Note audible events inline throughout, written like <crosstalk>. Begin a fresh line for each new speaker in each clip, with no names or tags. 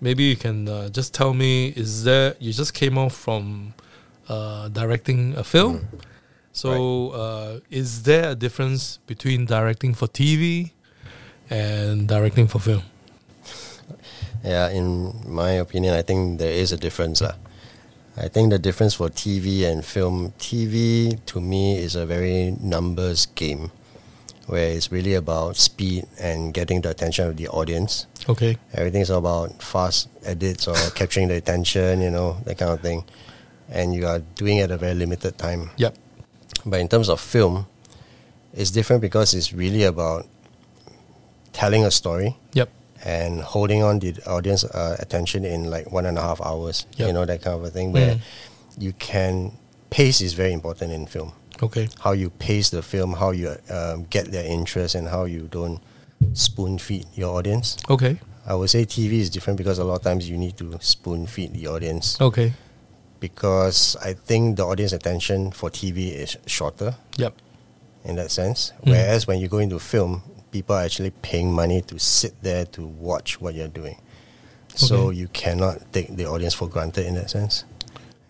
maybe you can uh, just tell me is there you just came off from uh, directing a film
Mm.
so uh, is there a difference between directing for tv and directing for film
Yeah, in my opinion, I think there is a difference. lah. I think the difference for TV and film, TV to me is a very numbers game where it's really about speed and getting the attention of the audience.
okay
Everything's about fast edits or <laughs> capturing the attention, you know, that kind of thing. And you are doing it at a very limited time.
yep
But in terms of film, it's different because it's really about telling a story
yep
and holding on the audience uh, attention in like one and a half hours,
Yep.
you know, that kind of a thing where
Mm.
you can pace is very important in film.
okay
How you pace the film, how you um, get their interest, and how you don't spoon feed your audience.
okay
I would say TV is different because a lot of times you need to spoon feed the audience
okay
because I think the audience attention for TV is shorter
yep
in that sense.
Mm.
Whereas when you go into film, people are actually paying money to sit there to watch what you're doing. So
Okay.
you cannot take the audience for granted in that sense.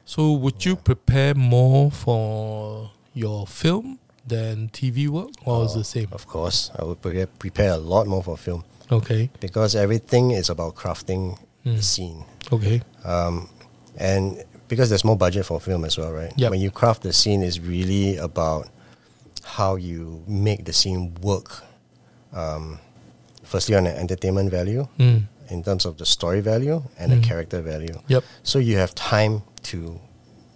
so would you prepare more for your film than tv work or is the
Uh,
same
Of course, I would prepare, prepare a lot more for film
okay
because everything is about crafting
Mm.
the scene.
okay
Um, and because there's more budget for film as well, right?
Yep.
When you craft the scene, it's really about how you make the scene work. Um, firstly, on an entertainment value,
mm.
in terms of the story value and
Mm.
the character value.
yep
So you have time to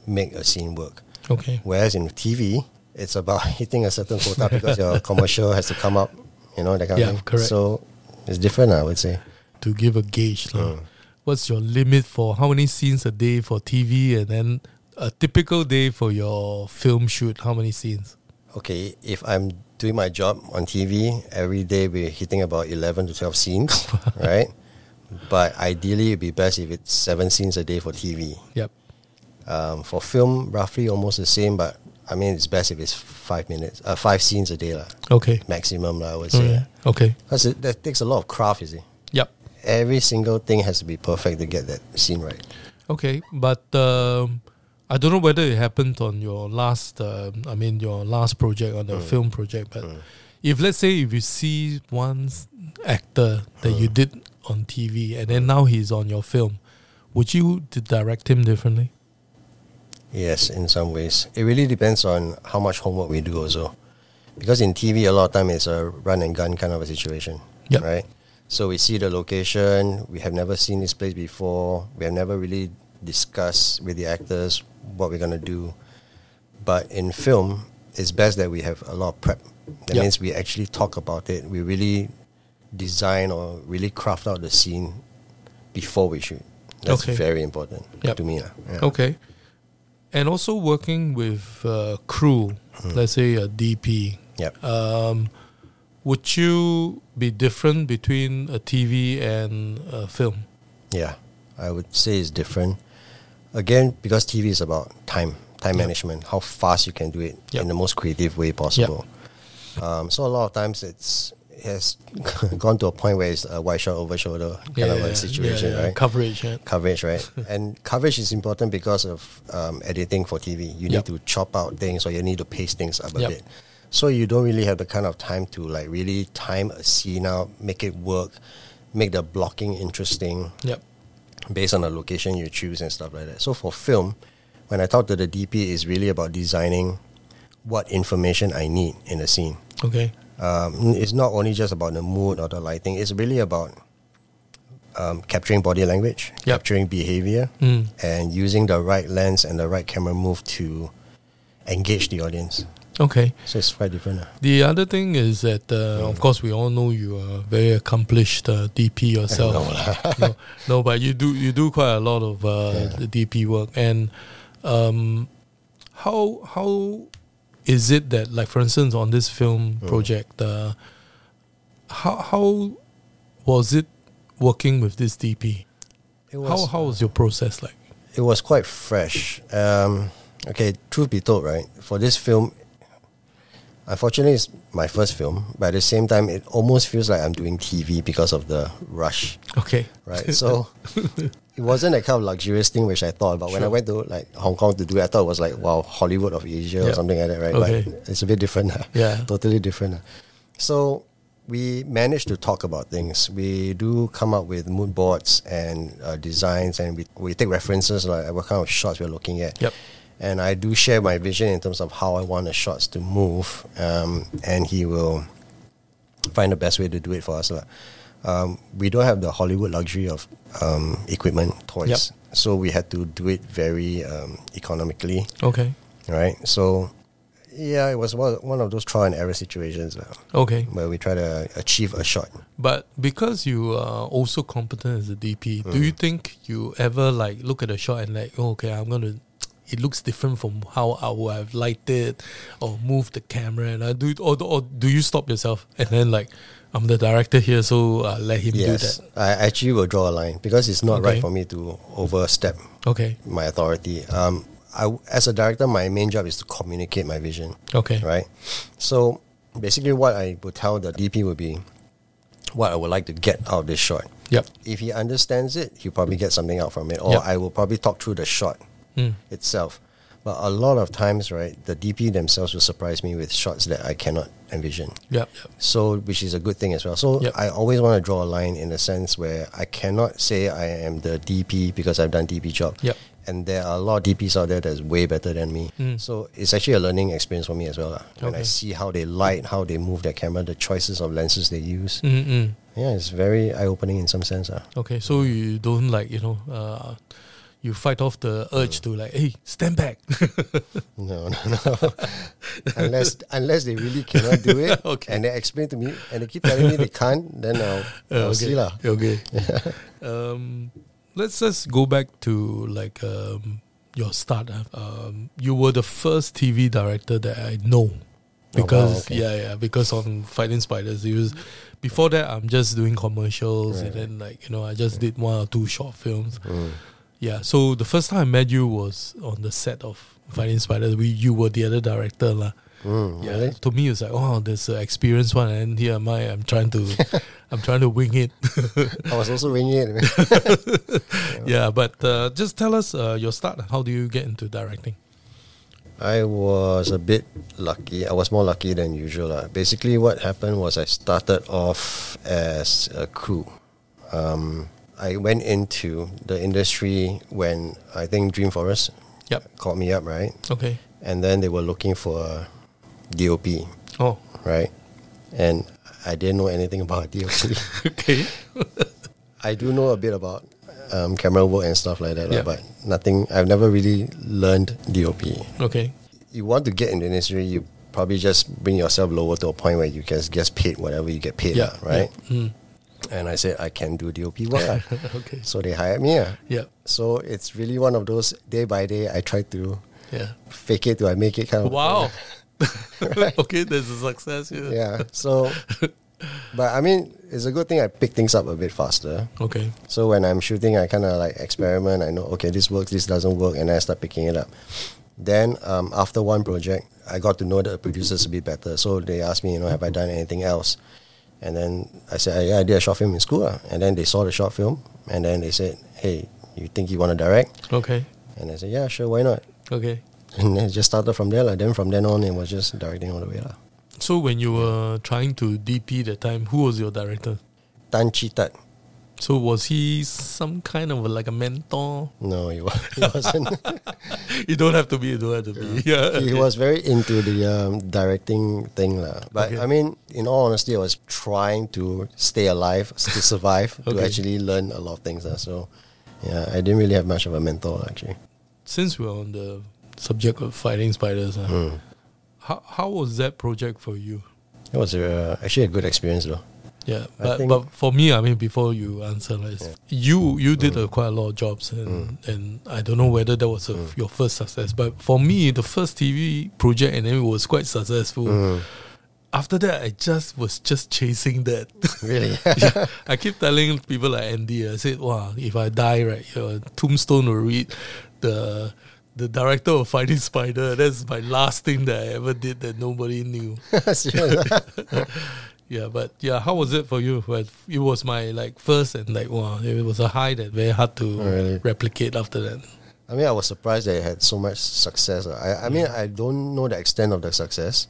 make a scene work.
okay
Whereas in TV, it's about <laughs> hitting a certain
<laughs>
quota because your commercial has to come up, you know, that kind
Yeah,
of thing.
correct.
So it's different, I would say.
to give a gauge lah. what's your limit for how many scenes a day for TV and then a typical day for your film shoot, how many scenes?
Okay, if I'm doing my job on TV, every day we're hitting about 11 to
<laughs>
12 scenes, right? But ideally, it'd be best if it's seven scenes a day for TV.
Yep.
Um, for film, roughly almost the same, but I mean, it's best if it's five minutes, uh, five scenes a day, lah.
Okay.
maximum, lah, I would
Mm.
say.
Okay.
Because it that takes a lot of craft, you see.
Yep.
Every single thing has to be perfect to get that scene right.
Okay. But um, I don't know whether it happened on your last, um I mean, your last project on the film project, but if let's say if you see one s- actor that you did on TV and then now he's on your film, would you d- direct him differently?
Yes, in some ways. It really depends on how much homework we do also. Because in TV, a lot of time it's a run and gun kind of a situation,
Yep.
right? So we see the location, we have never seen this place before, we have never really discussed with the actors what we're going to do. But in film, it's best that we have a lot of prep. That
Yep.
means we actually talk about it, we really design or really craft out the scene before we shoot. That's
Okay.
very important
Yep. Oh,
to me. lah. Yeah.
Okay. And also working with uh, crew,
Hmm.
let's say a DP,
Yep.
um, would you be different between a TV and a film?
Yeah, I would say it's different. Again, because TV is about time, time
Yep.
management, how fast you can do it
Yep.
in the most creative way possible. Um, so a lot of times it's it has <laughs> gone to a point where it's a wide shot over shoulder kind of a situation,
yeah, yeah,
right?
Coverage, yeah.
coverage,
<laughs>
right? and coverage is important because of um, editing for TV. You
Yep.
need to chop out things or you need to pace things up a
Yep.
bit. So you don't really have the kind of time to like really time a scene out, make it work, make the blocking interesting
Yep.
based on the location you choose and stuff like that. So for film, when I talk to the DP, it's really about designing what information I need in a scene.
Okay.
Um, it's not only just about the mood or the lighting. It's really about um, capturing body language,
Yep.
capturing behavior,
Mm.
and using the right lens and the right camera move to engage the audience.
Okay.
So it's quite different. ah.
The other thing is that, uh,
Mm.
of course, we all know you are a very accomplished uh, DP
<laughs>
yourself. <laughs> no, no, but you do you do quite a lot of uh, the DP work. And um, how how is it that, like, for instance, on this film
Mm.
project, uh, how how was it working with this DP?
It
how how was your process like?
it was quite fresh. Um, okay, truth be told, right? For this film, Unfortunately, it's my first film, but at the same time, it almost feels like I'm doing TV because of the rush,
<laughs> Okay.
right? So it wasn't that kind of luxurious thing which I thought. But when I
Sure.
went to like Hong Kong to do it, I thought it was like wow, Hollywood of Asia
Yeah.
or something like that, right?
Okay.
But it's a bit different. lah.
Yeah.
totally different. lah. So we managed to talk about things. We do come up with mood boards and uh, designs, and we, we take references like what kind of shots we're looking at.
Yep.
And I do share my vision in terms of how I want the shots to move, um, and he will find the best way to do it for us. lah. Um, we don't have the Hollywood luxury of um, equipment, toys, so we had to do it very um, economically,
okay.
right? So, yeah, it was one one of those trial and error situations lah,
Okay.
where we try to achieve a shot.
But because you are also competent as a DP, do you
Mm.
think you ever like look at a shot and like, oh, okay, I'm gonna, it looks different from how I would have liked it, or move the camera, and I do it, or, or do you stop yourself and then like, I'm the director here, so uh, let him
Yes,
do
I actually will draw a line because it's not
Okay.
right for me to overstep
that. Okay.
my authority. Um, I, as a director, my main job is to communicate my vision,
Okay.
right? So basically, what I would tell the DP would be what I would like to get out of this shot.
Yep.
If he understands it, he'll probably get something out from it,
Yep.
or I will probably talk through the shot
Mm.
itself. But a lot of times, right, the DP themselves will surprise me with shots that I cannot envision
Yep. Yep.
so which is a good thing as well. So
Yep.
I always want to draw a line in the sense where I cannot say I am the DP because I've done DP job.
Yep.
And there are a lot of DPs out there that's way better than me.
Mm.
So it's actually a learning experience for me as well. lah. When I
Okay.
see how they light, how they move their camera, the choices of lenses they use.
Mm-mm.
Yeah, it's very eye opening in some sense. lah.
Okay. So you don't like you know. Uh, you fight off the urge
Mm.
to like, hey, stand back. <laughs>
No, <laughs> no, no. unless unless they really cannot do it
<laughs> Okay.
and they explain to me and they keep telling me they can't, then
<laughs>
I'll,
Uh,
I'll see.
okay.
lah. <laughs>
Okay. um, let's just go back to like um, your start. ah. Um, you were the first TV director that I know
Oh, wow,
because
okay.
yeah, yeah, because on Fighting Spiders, it was before that I'm just doing commercials and then like you know I just did one or two short films.
Mm.
Yeah, so the first time I met you was on the set of Fighting Spiders. We you were the other director lah.
Mm,
Yeah,
really?
to me it's like, oh, there's an experienced one, and here am I. I'm trying to,
<laughs>
I'm trying to wing it.
I was also ringing it. man.
yeah, but uh, just tell us uh, your start. How do you get into directing?
I was a bit lucky. I was more lucky than usual. lah. Basically, what happened was I started off as a crew. Um, I went into the industry when I think Dream Forest
Yep.
called me up, right?
Okay.
And then they were looking for a DOP,
Oh.
right? And I didn't know anything about <laughs> DOP.
Okay.
I do know a bit about um, camera work and stuff like that,
Yeah.
lah, but nothing. I've never really learned DOP.
Okay.
you want to get in the industry, you probably just bring yourself lower to a point where you can get paid whatever you get paid,
Yeah.
lah, right?
Yeah. Mm.
And I said I can do DOP work, lah.
<laughs> Okay.
so they hired me. lah.
Yeah.
So it's really one of those day by day. I try to
Yeah.
fake it till I make it kind of. <laughs>
Wow. <laughs> okay, there's a success. Yeah.
Yeah. So, but I mean, it's a good thing I pick things up a bit faster.
<laughs> Okay.
So when I'm shooting, I kind of like experiment. I know okay, this works, this doesn't work, and I start picking it up. Then um, after one project, I got to know the producers a bit better. So they asked me, you know, have I done anything else? And then I said, "Ah, yeah, I did a short film in school. ah." And then they saw the short film, and then they said, hey, you think you want to direct?
Okay.
And I said, yeah, sure, why not? <laughs>
Okay.
And then it just started from there. Like then from then on, it was just directing all the way. lah.
So when you were trying to DP the time, who was your director?
Tan Chi Tat.
So was he some kind of like a mentor? <laughs>
No, he wa- <laughs> he wasn't.
You don't have to be. You don't have to be. <laughs> Yeah.
he
okay.
was very into the um, directing thing lah. But
Okay.
I mean, in all honesty, I was trying to stay alive, s- to survive, to
Okay.
actually learn a lot of things. lah. So, yeah, I didn't really have much of a mentor actually.
since we're on the subject of fighting spiders, uh,
Mm.
how how was that project for you?
Hmm. It was uh, actually a good experience though.
Yeah,
I
but
think-
but for me, I mean, before you answer, like, you
Mm.
you did uh, quite a lot of jobs, and and I don't know whether that was a,
Mm.
your first success, but for me, the first TV project, and then it was quite successful.
Mm.
After that, I just was just chasing
<laughs>
that. <laughs>
Really?
yeah, I keep telling people like Andy, I said, "Wow, if I die, right, your tombstone will read the the director of Fighting Spider. That's my last thing that I ever did that nobody knew.
<laughs> Serious.
Yeah, but yeah, how was it for you? Well, it was my like first and like wow, it was a high that very hard to
Oh, Really?
replicate after that.
I mean, I was surprised that it had so much success. ah. I, I mean, I don't know the extent of the success,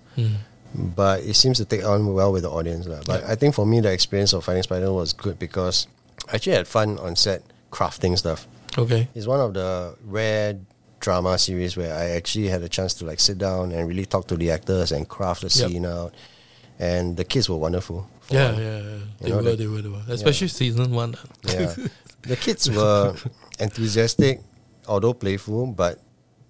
but it seems to take on well with the audience. lah. But I think for me, the experience of Finding Spider was good because I actually had fun on set crafting stuff.
Okay.
It's one of the rare drama series where I actually had a chance to like sit down and really talk to the actors and craft the
Yep.
scene out. And the kids were wonderful. for
Yeah,
one.
yeah, yeah. They
know,
were,
like-
they were, they were. Especially season one. ah. <laughs>
Yeah. the kids were enthusiastic, although playful, but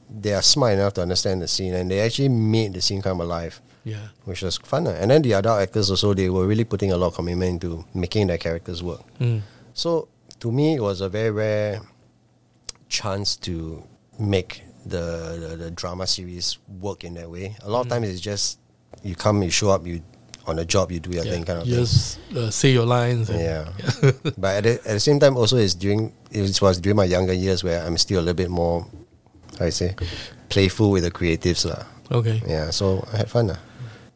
they are smart enough to understand the scene and they actually made the scene come alive,
yeah.
which was fun. lah. And then the adult actors also, they were really putting a lot of commitment into making their characters work.
Mm.
So to me, it was a very rare chance to make the, the, the drama series work in that way. A lot of times it's just you come, you show up, you on a job, you do your
yeah.
thing kind of
You
thing.
Just uh, say your lines. and-
Yeah. but at the, at the same time, also it's during it was during my younger years where I'm still a little bit more, how you say, playful with the creatives lah.
<laughs> Okay.
Yeah, so I had fun lah.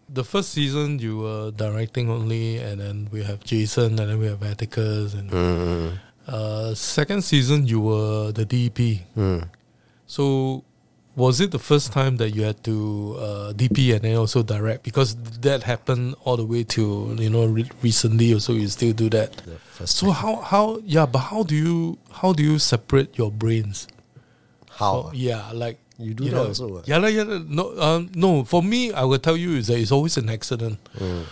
The first season you were directing only, and then we have Jason, and then we have Atticus, and
Mm,
uh, second season you were the E DP.
mm.
So, was it the first time that you had to uh, DP and then also direct? Because that happened all the way to you know re- recently. Also, you still do that.
The first
So how how yeah, but how do you how do you separate your brains? Oh,
how
yeah, like
you do that
know,
also. what?
Yeah, lah, yeah, lah. no, um, no. For me, I will tell you is that it's always an accident.
Mm,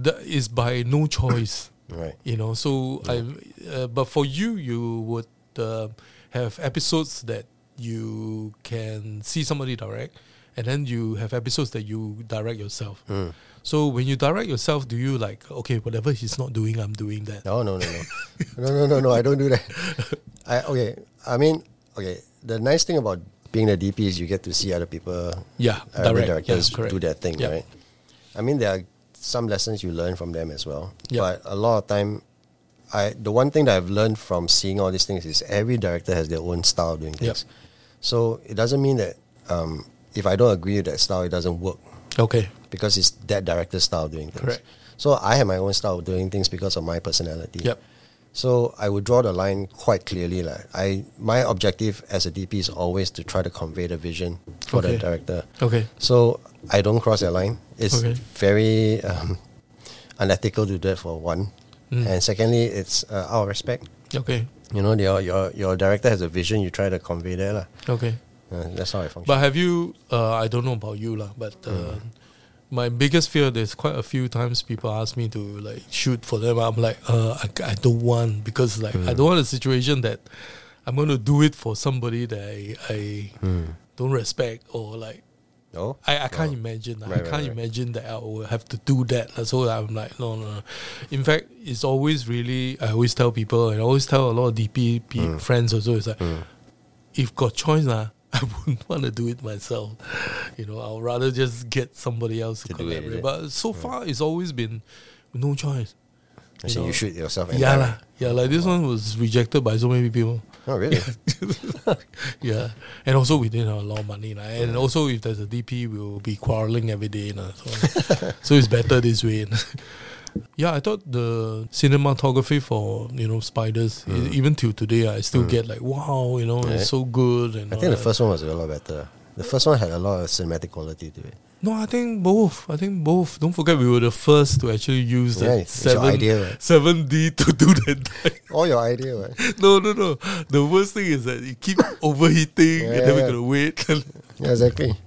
That is by no choice.
right.
you know so i uh, but for you you would uh, have episodes that you can see somebody direct and then you have episodes that you direct yourself
Mm.
so when you direct yourself do you like okay whatever he's not doing i'm doing that
No, no, no, no, no, no, no, no. I don't do that. I okay. I mean, okay. The nice thing about being a DP is you get to see other people uh,
yeah
other
direct yeah,
directors
correct.
do their thing,
Yeah.
right? I mean, there are some lessons you learn from them as well.
Yeah.
But a lot of time, I the one thing that I've learned from seeing all these things is every director has their own style of doing
Yep.
things. So it doesn't mean that um, if I don't agree with that style, it doesn't work
okay
because it's that director's style of doing things.
Correct.
So I have my own style of doing things because of my personality.
yep
So I would draw the line quite clearly. Like I, my objective as a DP is always to try to convey the vision for
Okay.
the director.
okay
So I don't cross that line. It's
Okay.
very um, unethical to do that for one,
Mm.
and secondly, it's uh, out of respect.
okay
You know, your your your director has a vision. You try to convey that, lah.
okay
Uh, that's how I function.
But have you? Uh, I don't know about you lah, but uh, my biggest fear there's quite a few times people ask me to like shoot for them. I'm like, uh, I, I don't want because like I don't want a situation that I'm going to do it for somebody that I, I
Hmm.
don't respect or like
no,
I, I can't imagine.
Oh.
I
Right, right,
can't
right.
imagine that I will have to do that. Like, So I'm like, no, no, no. In fact, it's always really, I always tell people, and I always tell a lot of DP pe-
Mm.
friends also, it's like, if got choice, lah, <laughs> I wouldn't want to do it myself. You know, I'll rather just get somebody else to,
To do it, is
collaborate.
it? Mm.
But so far, it's always been no choice.
you, see,
know.
you shoot yourself. and
Yeah, lah.
direct.
yeah. Like this one was rejected by so many people.
Oh really?
<laughs> yeah, and also we didn't have a lot of money, lah. and also if there's a DP, we'll be quarreling every day, lah. so, <laughs> so it's better this way. <laughs> yeah, I thought the cinematography for you know spiders,
Hmm.
e- even till today, I still get like wow, you know, it's so good. And
I think the first one was a lot better. The first one had a lot of cinematic quality to it.
no, I think both. I think both. Don't forget, we were the first to actually use the
Yeah, it's your idea,
seven seven
right?
D <laughs> to do that.
All your idea, right?
No, no, no. The worst thing is that you keep <laughs> overheating and then we're
Yeah.
gonna wait. <laughs>
Yeah, exactly.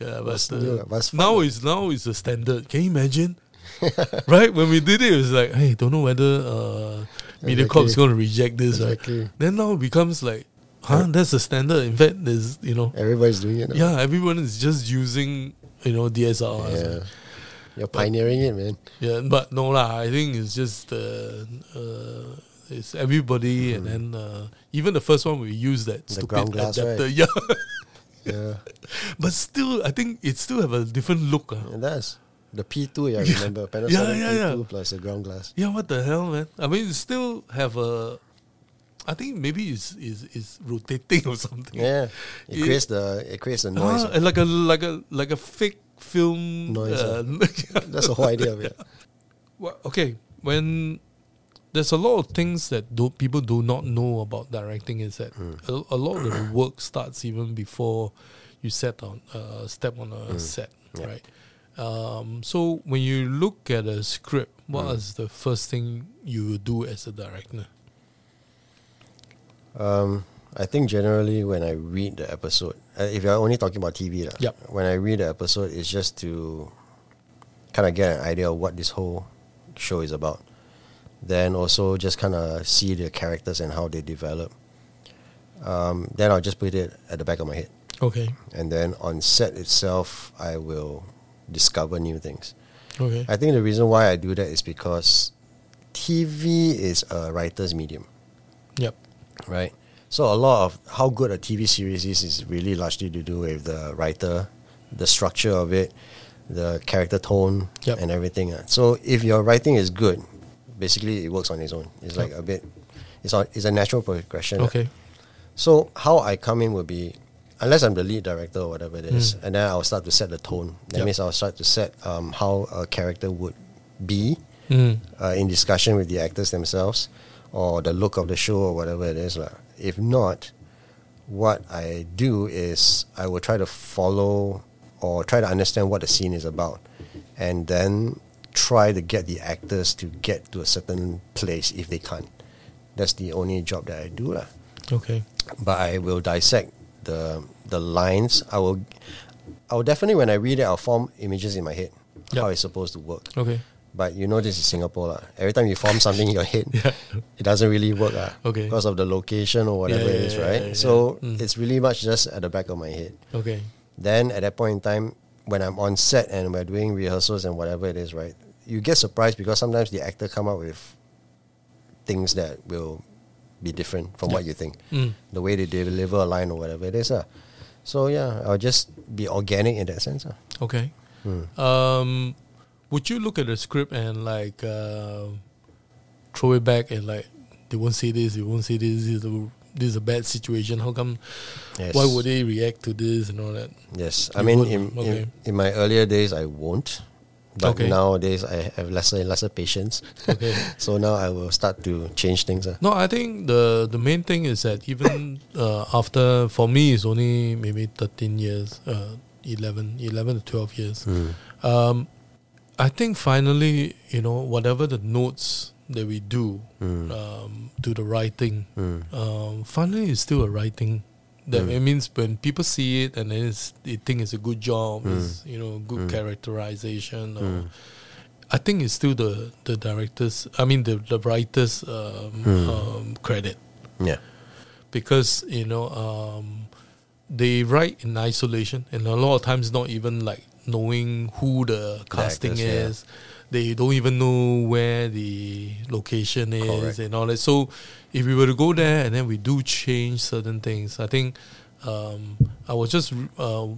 yeah, but,
new,
uh,
but it's fun,
now is now is the standard. Can you imagine? <laughs> right when we did it, it was like, hey, don't know whether uh, MediaCorp is
Exactly.
gonna reject this. right?
Exactly.
Then now it becomes like, huh? That's the standard. In fact, there's you know,
Everybody's doing it. now.
yeah, everyone is just using you know DSLR.
yeah. You're pioneering it, man.
Yeah, but no lah. I think it's just uh, uh, it's everybody, and then uh, even the first one we used that
Hmm. The
stupid
ground glass,
adapter.
right?
<laughs> Yeah,
Yeah,
but still, I think it still have a different look. ah.
it does. The P2, yeah, I remember. Panasonic
Yeah, yeah, yeah.
P2 plus the ground glass.
Yeah, what the hell, man? I mean, it still have a I think maybe it's is is rotating or something.
Yeah, it, creates the it creates the noise.
Ah, like a like a like a fake film
Noise,
uh, <laughs>
That's the whole idea of it.
Well, okay, when there's a lot of things that do, people do not know about directing is that
Hmm.
a, a lot of
<clears throat>
the work starts even before you set on uh, step on a set,
Hmm. Yeah.
right? Um, so when you look at a script, what is the
Hmm.
first thing you will do as a director?
Um, I think generally when I read the episode, uh, if you're only talking about TV, lah,
Yup.
when I read the episode, it's just to kind of get an idea of what this whole show is about. Then also just kind of see the characters and how they develop. Um, then I'll just put it at the back of my head.
Okay,
And then on set itself, I will discover new things.
okay,
I think the reason why I do that is because TV is a writer's medium
yep,
right? So a lot of how good a TV series is is really largely to do with the writer, the structure of it, the character tone,
Yep.
and everything. ah. So if your writing is good, basically it works on its own. It's like
Yep.
a bit, it's a, it's a natural progression. ah.
okay,
So how I come in will be, unless I'm the lead director or whatever it is,
Mm.
and then I'll start to set the tone. That
Yep.
means I'll start to set um, how a character would be
mm.
uh, in discussion with the actors themselves or the look of the show or whatever it is. lah. If not, what I do is I will try to follow or try to understand what the scene is about and then try to get the actors to get to a certain place if they can't. That's the only job that I do. lah
okay,
but I will dissect the the lines. I will I will definitely when I read it I'll form images in my head.
Yep.
How it's supposed to work.
okay,
But you know this is Singapore. lah. Every time you form something in your head,
<laughs> Yeah.
it doesn't really work lah,
Okay.
because of the location or whatever
Yeah,
it is,
yeah, yeah,
right?
yeah, yeah.
So
Mm.
it's really much just at the back of my head.
okay,
Then at that point in time, when I'm on set and we're doing rehearsals and whatever it is, right? You get surprised because sometimes the actor come up with things that will be different from what you think
mm.
the way they deliver a line or whatever it is. ah. So yeah, I'll just be organic in that sense. ah.
Okay. Um, would you look at the script and like uh, throw it back and like they won't say this, they won't say this. This is a, this is a bad situation. How come?
Yes.
Why would they react to this and all that?
Yes, I
You
mean
would,
in,
okay.
in in my earlier days I won't, but
Okay.
nowadays I have lesser and lesser patience. <laughs>
Okay.
so now I will start to change things. ah.
No, I think the the main thing is that even uh, after for me it's only maybe thirteen years, uh, 11, 11 to twelve years. Um, I think finally, you know, whatever the notes that we do
Mm-hmm.
um, to the writing,
Hmm.
um, finally it's still a writing. That it means when people see it and then it's, they think it's a good job, it's you know good characterization. Or, I think it's still the the directors. I mean the the writers' um, um, credit
Yeah,
because you know um, they write in isolation and a lot of times not even like knowing who the casting
actors, yeah.
is they don't even know where the location is
Correct.
and all that so if we were to go there and then we do change certain things i think um, i was just uh,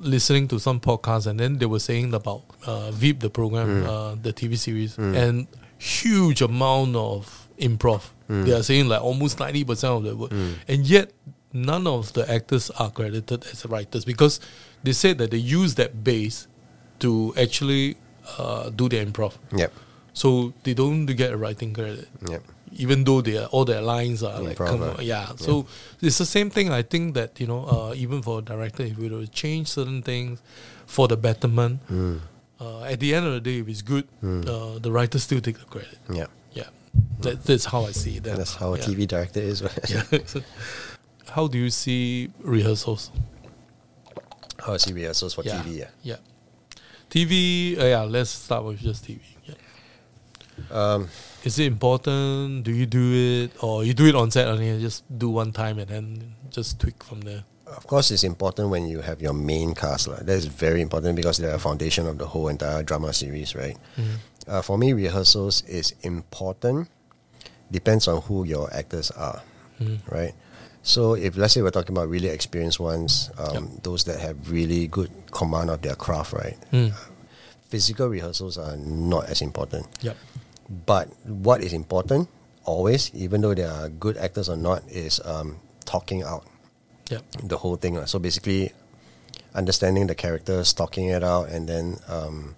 listening to some podcasts and then they were saying about uh, veep the program uh, the tv series and huge amount of improv they are saying like almost 90% of the work and yet none of the actors are credited as writers because they said that they use that base to actually uh, do their improv
yep,
so they don't get a writing credit
yep,
even though they are, all their lines are like
Improv,
come
right?
on, yeah. So it's the same thing. I think that you know, uh, even for a director, if we were to change certain things for the betterment,
Hmm.
uh, at the end of the day, if it's good, uh, the writer still take the credit.
yep.
Yeah, that, that's how I see it.
Hmm. That's how a
yeah. <laughs>
TV director is.
Yeah. how do you see rehearsals?
<laughs> how I see rehearsals for
yeah.
TV. Yeah.
yeah. TV. Uh, yeah, let's start with just TV. Yeah.
Um,
Is it important? Do you do it, or you do it on set only? and Just do one time and then just tweak from there.
of course, it's important when you have your main cast. lah. That is very important because they're a foundation of the whole entire drama series, right? Uh, for me, rehearsals is important. Depends on who your actors are,
Mm-hmm.
right? So, if let's say we're talking about really experienced ones, um, those that have really good command of their craft, right?
Mm.
Physical rehearsals are not as important.
Yep.
But what is important always, even though they are good actors or not, is um, talking out
Yeah.
the whole thing. lah. So basically, understanding the characters, talking it out, and then um,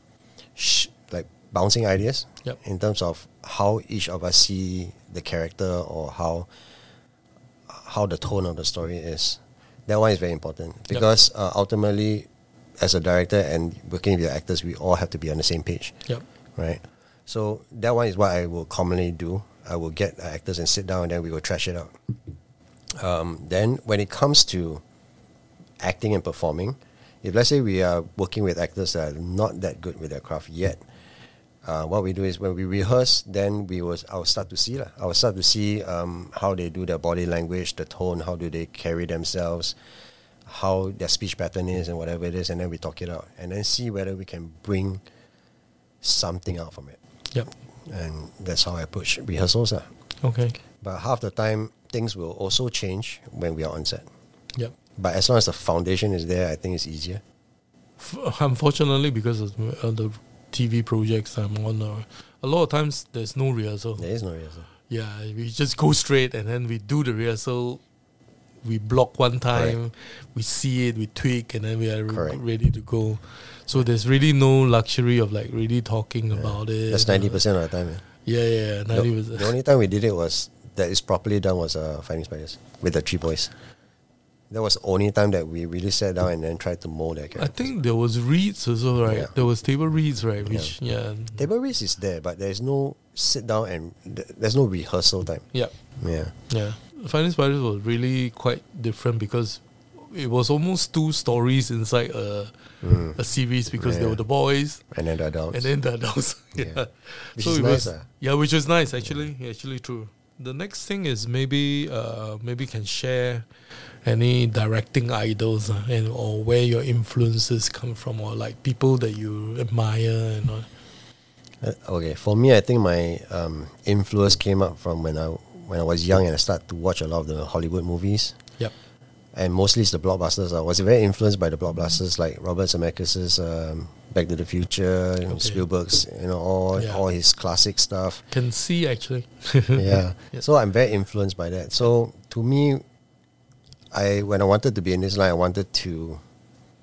sh- like bouncing ideas
Yep.
in terms of how each of us see the character or how how the tone of the story is. That one is very important because uh, ultimately, as a director and working with the actors, we all have to be on the same page
Yep.
right? So that one is what I will commonly do. I will get uh, actors and sit down, and then we will trash it out. Um, then when it comes to acting and performing, if let's say we are working with actors that are not that good with their craft yet, uh, what we do is when we rehearse, then we will I will start to see lah. I will start to see um, how they do their body language, the tone, how do they carry themselves, how their speech pattern is, and whatever it is, and then we talk it out, and then see whether we can bring something out from it.
Yep.
And that's how I approach rehearsals. lah.
Okay.
But half the time, things will also change when we are on set.
Yep.
But as long as the foundation is there, I think it's easier.
F- unfortunately, because of uh, the TV projects I'm on, uh, a lot of times there's no rehearsal.
There is no rehearsal.
Yeah, we just go straight and then we do the rehearsal. We block one time, we see it, we tweak, and then we are re-
Correct.
ready to go. So there's really no luxury of like really talking about it.
That's ninety percent of the time. man.
Yeah, yeah, yeah ninety
The,
percent.
the only time we did it was that is properly done was uh, Finding Spiders with the three boys. That was the only time that we really sat down and then tried to mold that
I
character.
think there was reads also, right?
Yeah.
There was table reads, right? Which yeah,
Table reads is there, but there's no sit down and th- there's no rehearsal time.
yeah.
Yeah.
Yeah, Finding Spiders was really quite different because it was almost two stories inside a
Mm.
a series because there
Yeah.
were the boys
And then the adults.
and then the <laughs> adults. yeah.
Yeah. Which
so
is
it
nice,
was
ah.
yeah, which is nice actually. Yeah, Actually, true. The next thing is maybe uh, maybe can share any directing idols ah, and or where your influences come from or like people that you admire and all.
Uh, Okay, for me, I think my um, influence came up from when I when I was young and I started to watch a lot of the Hollywood movies,
Yep.
and mostly it's the blockbusters. I was very influenced by the blockbusters like Robert Zemeckis's um, Back to the Future, you know,
Okay.
Spielberg's, you know, all
Yeah.
all his classic stuff.
Can see actually.
<laughs> yeah.
<laughs> Yeah.
So I'm very influenced by that. So to me, I when I wanted to be in this line, I wanted to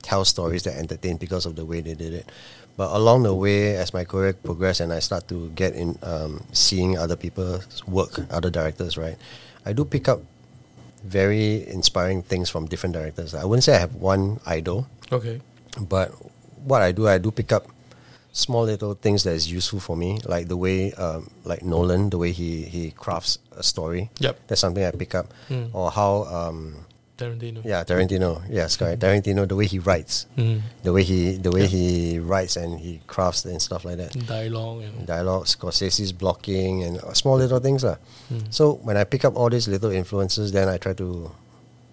tell stories that entertain because of the way they did it. But along the way, as my career progressed and I start to get in um, seeing other people's work, other directors, right, I do pick up very inspiring things from different directors. I wouldn't say I have one idol,
okay.
but what I do, I do pick up small little things that is useful for me, like the way, um, like Nolan, the way he he crafts a story.
Yep.
That's something I pick up,
Mm.
or how, um,
Tarantino.
Oh. yeah, Tarantino, yes, correct, Tarantino, the way he writes,
Mm.
the way he the way he writes and he crafts and stuff like that.
Dialogue and
Dialogue, Scorsese's blocking, and uh, small little things lah.
Mm.
So when I pick up all these little influences, then I try to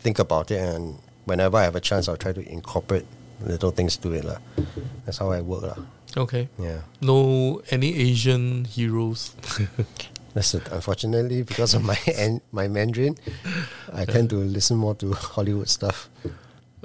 think about it, and whenever I have a chance, I'll try to incorporate little things to it lah. That's how I work lah.
Okay.
Yeah,
No, any Asian
<laughs>
heroes?
that's it. Unfortunately, because of my <laughs> and my Mandarin, I tend to listen more to Hollywood stuff.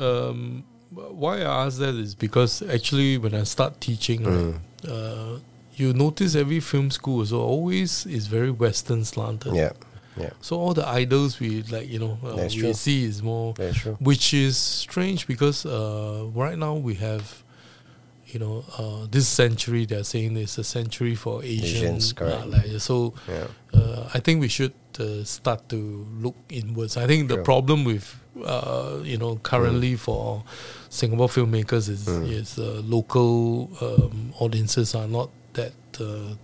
um, why I ask that is because actually when I start teaching, right,
Mm.
uh, you notice every film school so always is very Western slanted.
Yeah, yeah,
So all the idols we like, you know, uh,
That's
we
true.
see is more,
that's true.
which is strange because uh, right now we have. You know, uh, this century they're saying it's a century for Asian.
Asians, correct.
uh, like, so
Yeah,
uh, I think we should uh, start to look inwards. I think the
Sure.
problem with uh, you know currently for Singapore filmmakers is
Mm.
is uh, local um, audiences are not that uh,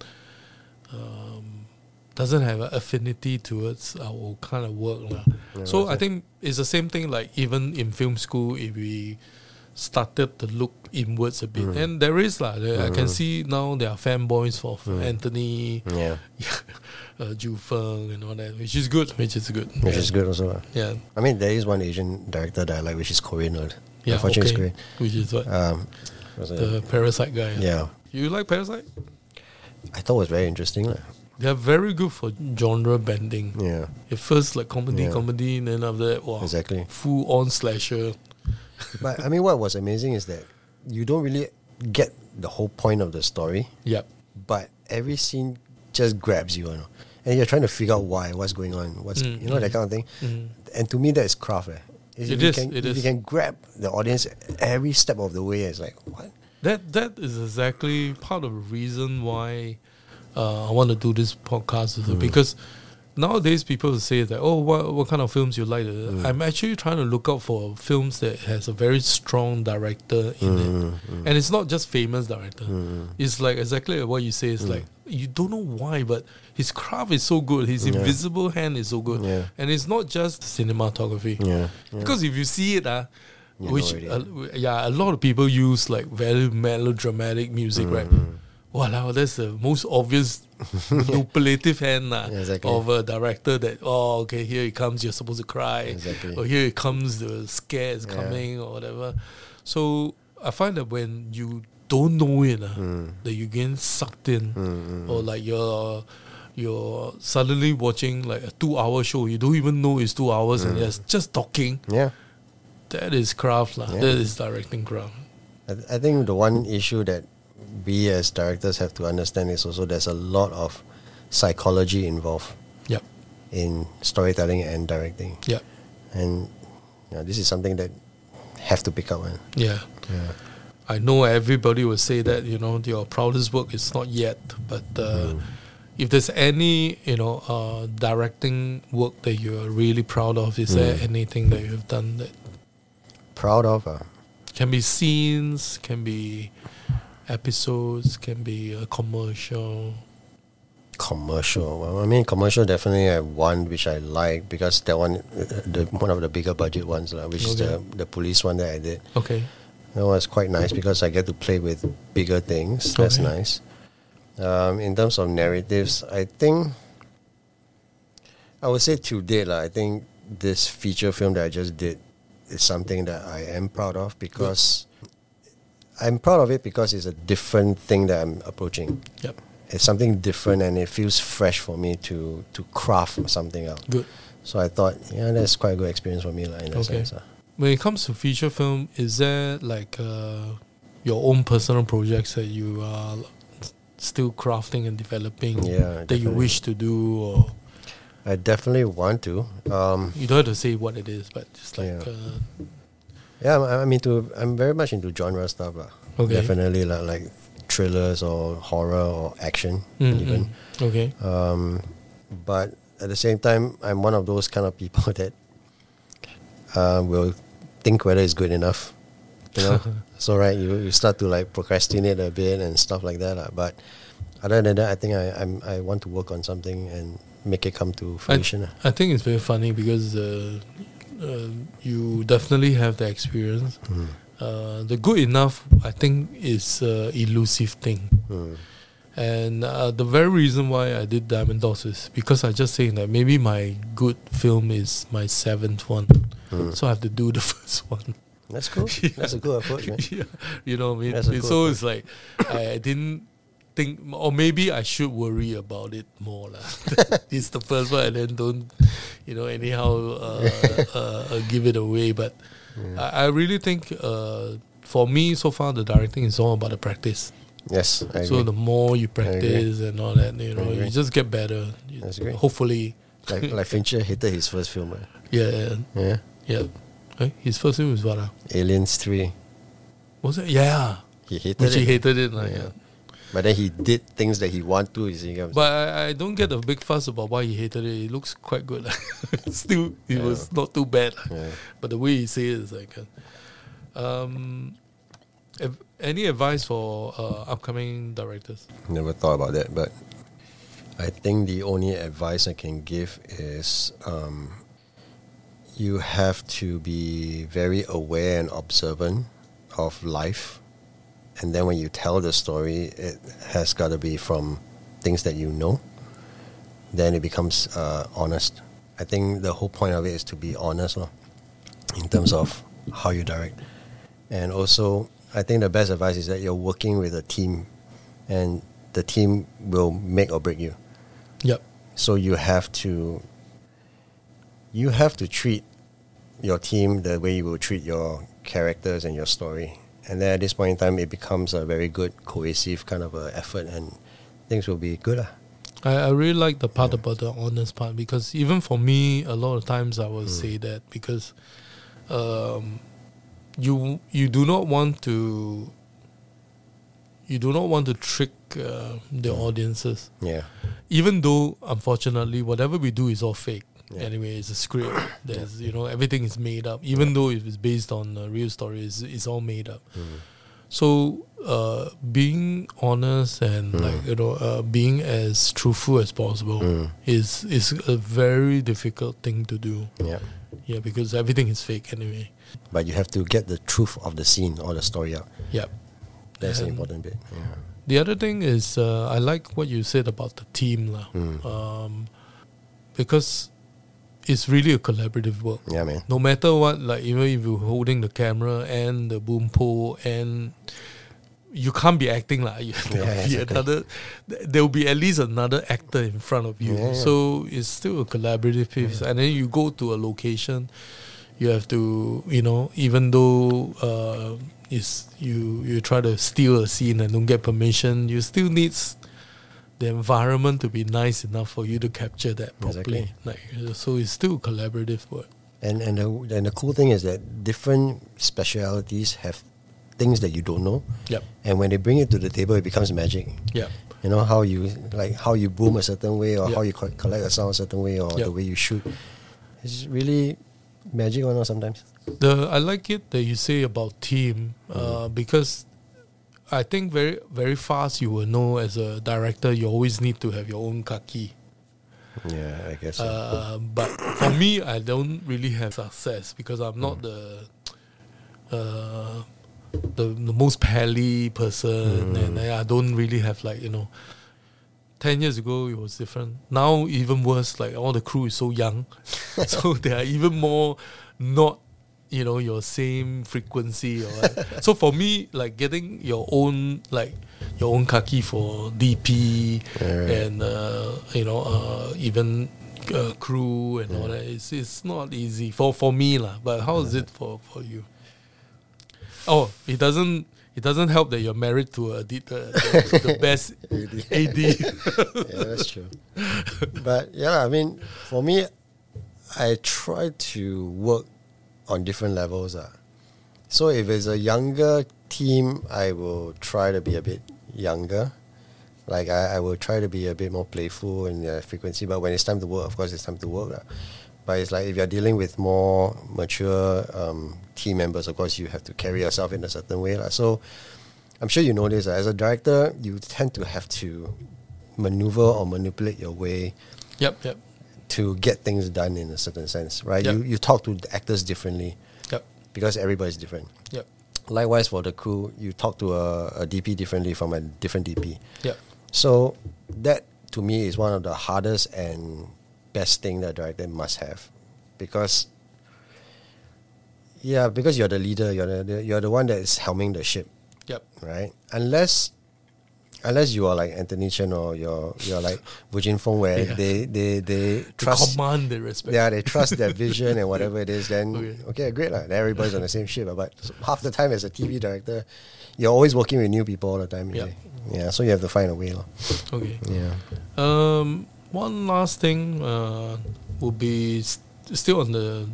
um, doesn't have an affinity towards our kind of work. lah.
Yeah,
so
that's
I
it.
think it's the same thing. Like even in film school, if we started to look inwards a
Mm.
bit, and there is lah. There- I can see now there are fanboys for
Mm.
Anthony.
yeah,
<laughs> uh, Ju Feng and all that, which is good, which is good. yeah.
which is good also. lah.
Yeah,
I mean, there is one Asian director that I like, which is Korean. lah.
yeah, okay.
unfortunately, it's
Which is what
Korean. Um, was it-
the Parasite guy.
yeah,
you like Parasite?
I thought it was very interesting. lah.
They are very good for genre bending.
Yeah,
At first, like comedy,
Yeah.
comedy, and then after that, wow,
exactly.
full on slasher.
But I mean, what was amazing is that you don't really get the whole point of the story,
Yep.
but every scene just grabs you. you know? and you're trying to figure out why, what's going on, what's
Mm,
you know that
mm,
kind of thing.
mm.
And to me, that is craft. Eh. If
It
you
is,
Can,
it
if
is.
you can grab the audience every step of the way, it's like what?
That that is exactly part of the reason why uh, I want to do this podcast
Mm-hmm.
is because nowadays people will say that oh what what kind of films you like.
Mm-hmm.
I'm actually trying to look out for films that has a very strong director in it,
Mm-hmm.
and it's not just famous director. It's like exactly what you say. It's
Mm.
like you don't know why, but his craft is so good. His
Yeah.
invisible hand is so good,
Yeah.
and it's not just cinematography.
Yeah.
Because if you see it, uh,
You
which
know already.
uh, w- yeah, a lot of people use like very melodramatic music,
Mm-hmm.
right? Wow, that's the most
<laughs>
obvious manipulative hand uh,
Yeah, exactly.
of a director. That oh, okay, here it comes. You're supposed to cry,
Exactly.
or here it comes. The scare is
Yeah.
coming, or whatever. So I find that when you don't know it, uh,
Mm.
that you get sucked in, or like you're you're suddenly watching like a two-hour show. You don't even know it's two hours,
Mm.
and it's just talking.
Yeah.
That is craft, lah.
Yeah.
That is directing craft.
I, th- I think the one issue that we as directors have to understand is also there's a lot of psychology involved
Yep,
in storytelling and directing,
yep,
and you know, this is something that have to pick up on.
yeah.
Yeah.
I know everybody will say that you know your proudest work is not yet, but uh, if there's any you know uh, directing work that you are really proud of, is there anything that you have done that
Proud of. Uh,
can be scenes, can be episodes, can be a commercial?
commercial. Well, I mean, commercial definitely I one which I like because that one, uh, the one of the bigger budget ones, lah, which is the the police one that I did.
Okay,
That was quite nice because I get to play with bigger things. That's
Okay.
nice. Um, in terms of narratives, I think I would say to date, lah, I think this feature film that I just did is something that I am proud of because I'm proud of it because it's a different thing that I'm approaching
yep,
it's something different and it feels fresh for me to to craft something out.
good.
So I thought, yeah, that's quite a good experience for me, like in that
Okay.
sense. ah.
When it comes to feature film, is there like uh, your own personal projects that you are still crafting and developing
Yeah,
that you
definitely.
wish to do, or
I definitely want to. Um,
you don't have to say what it is, but just like
Yeah.
uh,
yeah, I'm, I'm into. I'm very much into genre stuff, lah.
Okay.
Definitely, like like thrillers or horror or action,
mm,
even.
mm. okay,
Um, but at the same time, I'm one of those kind of people <laughs> that uh, will think whether it's good enough. You
<laughs>
know, so right, you, you start to like procrastinate a bit and stuff like that. lah. But other than that, I think I I'm, I want to work on something and make it come to
I,
fruition. lah.
I think it's very funny because uh, uh, you definitely have the experience.
Mm.
Uh, the good enough, I think, is uh, elusive thing.
Mm.
And uh, the very reason why I did Diamond Dogs is because I just saying that maybe my good film is my seventh one,
Mm.
so I have to do the <laughs> first one.
That's
<laughs>
cool. That's a good approach, man.
yeah, you know, what I mean,
That's a
It's-
good
so
point.
it's like I didn't think, or maybe I should worry about it more, lah. <laughs> it's the first one, and then don't, you know, anyhow uh,
<laughs>
uh, uh, give it away. But
Hmm.
I, I really think uh, for me so far, the directing is all about the practice.
Yes, I
So the
agree.
more you practice and all that, you know, you
agree.
just get better. You-
That's great.
Hopefully, <laughs>
like like Fincher hated his first film, eh? right?
yeah, yeah.
yeah,
yeah. Eh, His first name was what? ah?
Aliens Three.
Was it? Yeah,
He hated
which
it,
he hated it. Like,
Yeah.
yeah.
but then he did things that he want to. You see, you get what I'm
But I, I don't get a big fuss about why he hated it. It looks quite good. <laughs> Still, it was not too bad.
saying? Yeah.
But the way he says it is like, uh, um, ev- any advice for uh, upcoming directors?
Never thought about that, but I think the only advice I can give is um, you have to be very aware and observant of life, and then when you tell the story, it has got to be from things that you know. Then it becomes uh, honest. I think the whole point of it is to be honest, lor, in terms of how you direct. And also, I think the best advice is that you're working with a team, and the team will make or break you.
Yep.
So you have to you have to treat your team the way you will treat your characters and your story. And then at this point in time, it becomes a very good cohesive kind of a effort, and things will be good. lah.
I, I really like the part about the honest part because even for me, a lot of times I
Mm.
will say that because um, you you do not want to you do not want to trick uh, the audiences.
Yeah.
Even though, unfortunately, whatever we do is all fake.
Yeah.
Anyway, it's a script.
<coughs>
There's you know everything is made up. Even though it is based on a real story, it's, it's all made up.
Mm.
So uh, being honest and
Hmm.
like you know uh, being as truthful as possible
Hmm.
is is a very difficult thing to do.
Yeah.
Yeah, because everything is fake anyway.
But you have to get the truth of the scene or the story out.
Yeah.
That's the
And-
important bit. Yeah.
The other thing is, uh, I like what you said about the team, lah.
Mm.
Um, because it's really a collaborative work.
Yeah, man.
No matter what, like even if you're holding the camera and the boom pole, and you can't be acting like you there'll
Yeah,
be
exactly.
another. th- There'll be at least another actor in front of you.
Yeah, yeah.
So it's still a collaborative piece, and then you go to a location. You have to, you know, even though uh, it's you, you try to steal a scene and don't get permission. You still needs the environment to be nice enough for you to capture that properly. Like, uh, so it's still collaborative work.
And and the, and the cool thing is that different specialities have things that you don't know,
Yep.
and when they bring it to the table, it becomes magic.
Yep.
You know how you like how you boom a certain way, or
Yeah.
how you co- collect a sound a certain way, or
Yeah.
the way you shoot. It's really magic, one or sometimes.
The I like it that you say about team uh, because I think very very fast you will know as a director you always need to have your own kaki.
Yeah, I guess.
Uh, but for me, I don't really have success because I'm not the uh, the, the most pally person, and I I don't really have like you know. Ten years ago, it was different. Now, even worse. Like all the crew is so young, <laughs> so they are even more not you know your same frequency or what. so for me like getting your own like your own kaki for dp
Alright.
and uh, you know uh, even uh, crew and all that it's, it's not easy for for me lah. but how is it for for you oh it doesn't it doesn't help that you're married to a D, uh, the,
<laughs>
the best <laughs> ad
yeah, that's true. but yeah, I mean, for me, I try to work on different levels. Uh. So if it's a younger team, I will try to be a bit younger. Like I, I will try to be a bit more playful in the frequency. But when it's time to work, of course, it's time to work. lah. But it's like if you're dealing with more mature um, team members, of course, you have to carry yourself in a certain way. lah. So I'm sure you know this. uh, As a director, you tend to have to maneuver or manipulate your way
yep yep
to get things done in a certain sense, right?
Yep.
You, you talk to the actors differently
yep
because everybody's different.
yep
Likewise, for the crew, you talk to a, a DP differently from a different DP.
yep
So that to me is one of the hardest and best thing that a director must have, because yeah, because you're the leader, you're the- the you're the one that is helming the ship,
yep
right? Unless unless you are like Anthony Chen or you're you're like Wu Jin Feng, where
Yeah.
they they they
Trust.
trust
command the respect
yeah they trust
<laughs>
their vision and whatever it is. Then
Okay.
okay, great lah. Then everybody's on the same ship. But half the time as a TV director, you're always working with new people all the time.
Yeah.
yeah. So you have to find a way, lah.
okay
Yeah.
Um, one last thing uh, would be st- still on the.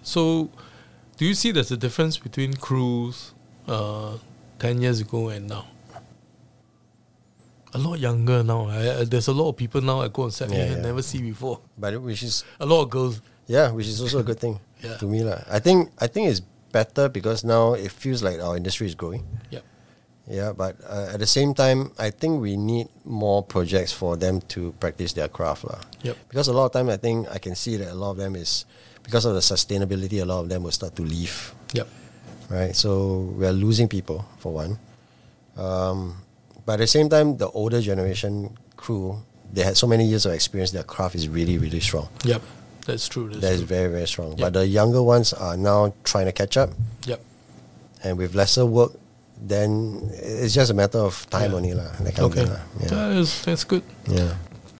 So, do you see there's a difference between crews uh, 10 years ago and now? A lot younger now. I, I, there's a lot of people now I go and set I
Yeah, yeah.
never see before.
But it- which is
A lot of girls.
yeah, which is also a good thing
<laughs> Yeah.
to me, lah. I think I think it's better because now it feels like our industry is growing.
Yeah.
Yeah, but uh, at the same time, I think we need more projects for them to practice their craft, lah.
Yep.
Because a lot of time, I think I can see that a lot of them is because of the sustainability. A lot of them will start to leave,
Yep.
right? So we are losing people for one. Um, but at the same time, the older generation crew, they had so many years of experience. Their craft is really, really strong.
Yep. That's true. That's
That is
true.
very, very strong.
Yeah.
But the younger ones are now trying to catch up,
Yep.
and with lesser work, then it's just a matter of time
Yeah.
only, lah. That kind of
Okay.
thing, lah. Yeah.
That is, that's good.
Yeah.